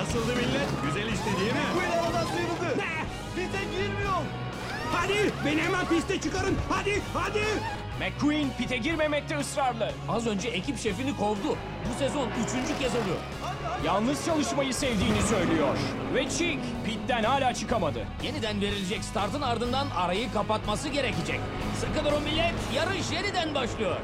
Açıldı millet. Güzel işte değil mi? Bu aradan sıyrıldı. Ne? Bize girmiyor. Hadi beni hemen piste çıkarın. Hadi hadi. McQueen pite girmemekte ısrarlı. Az önce ekip şefini kovdu. Bu sezon üçüncü kez oluyor. Hadi hadi. Yalnız çalışmayı sevdiğini söylüyor. Ve Chick pitten hala çıkamadı. Yeniden verilecek startın ardından arayı kapatması gerekecek. Sıkı durun millet, yarış yeniden başlıyor.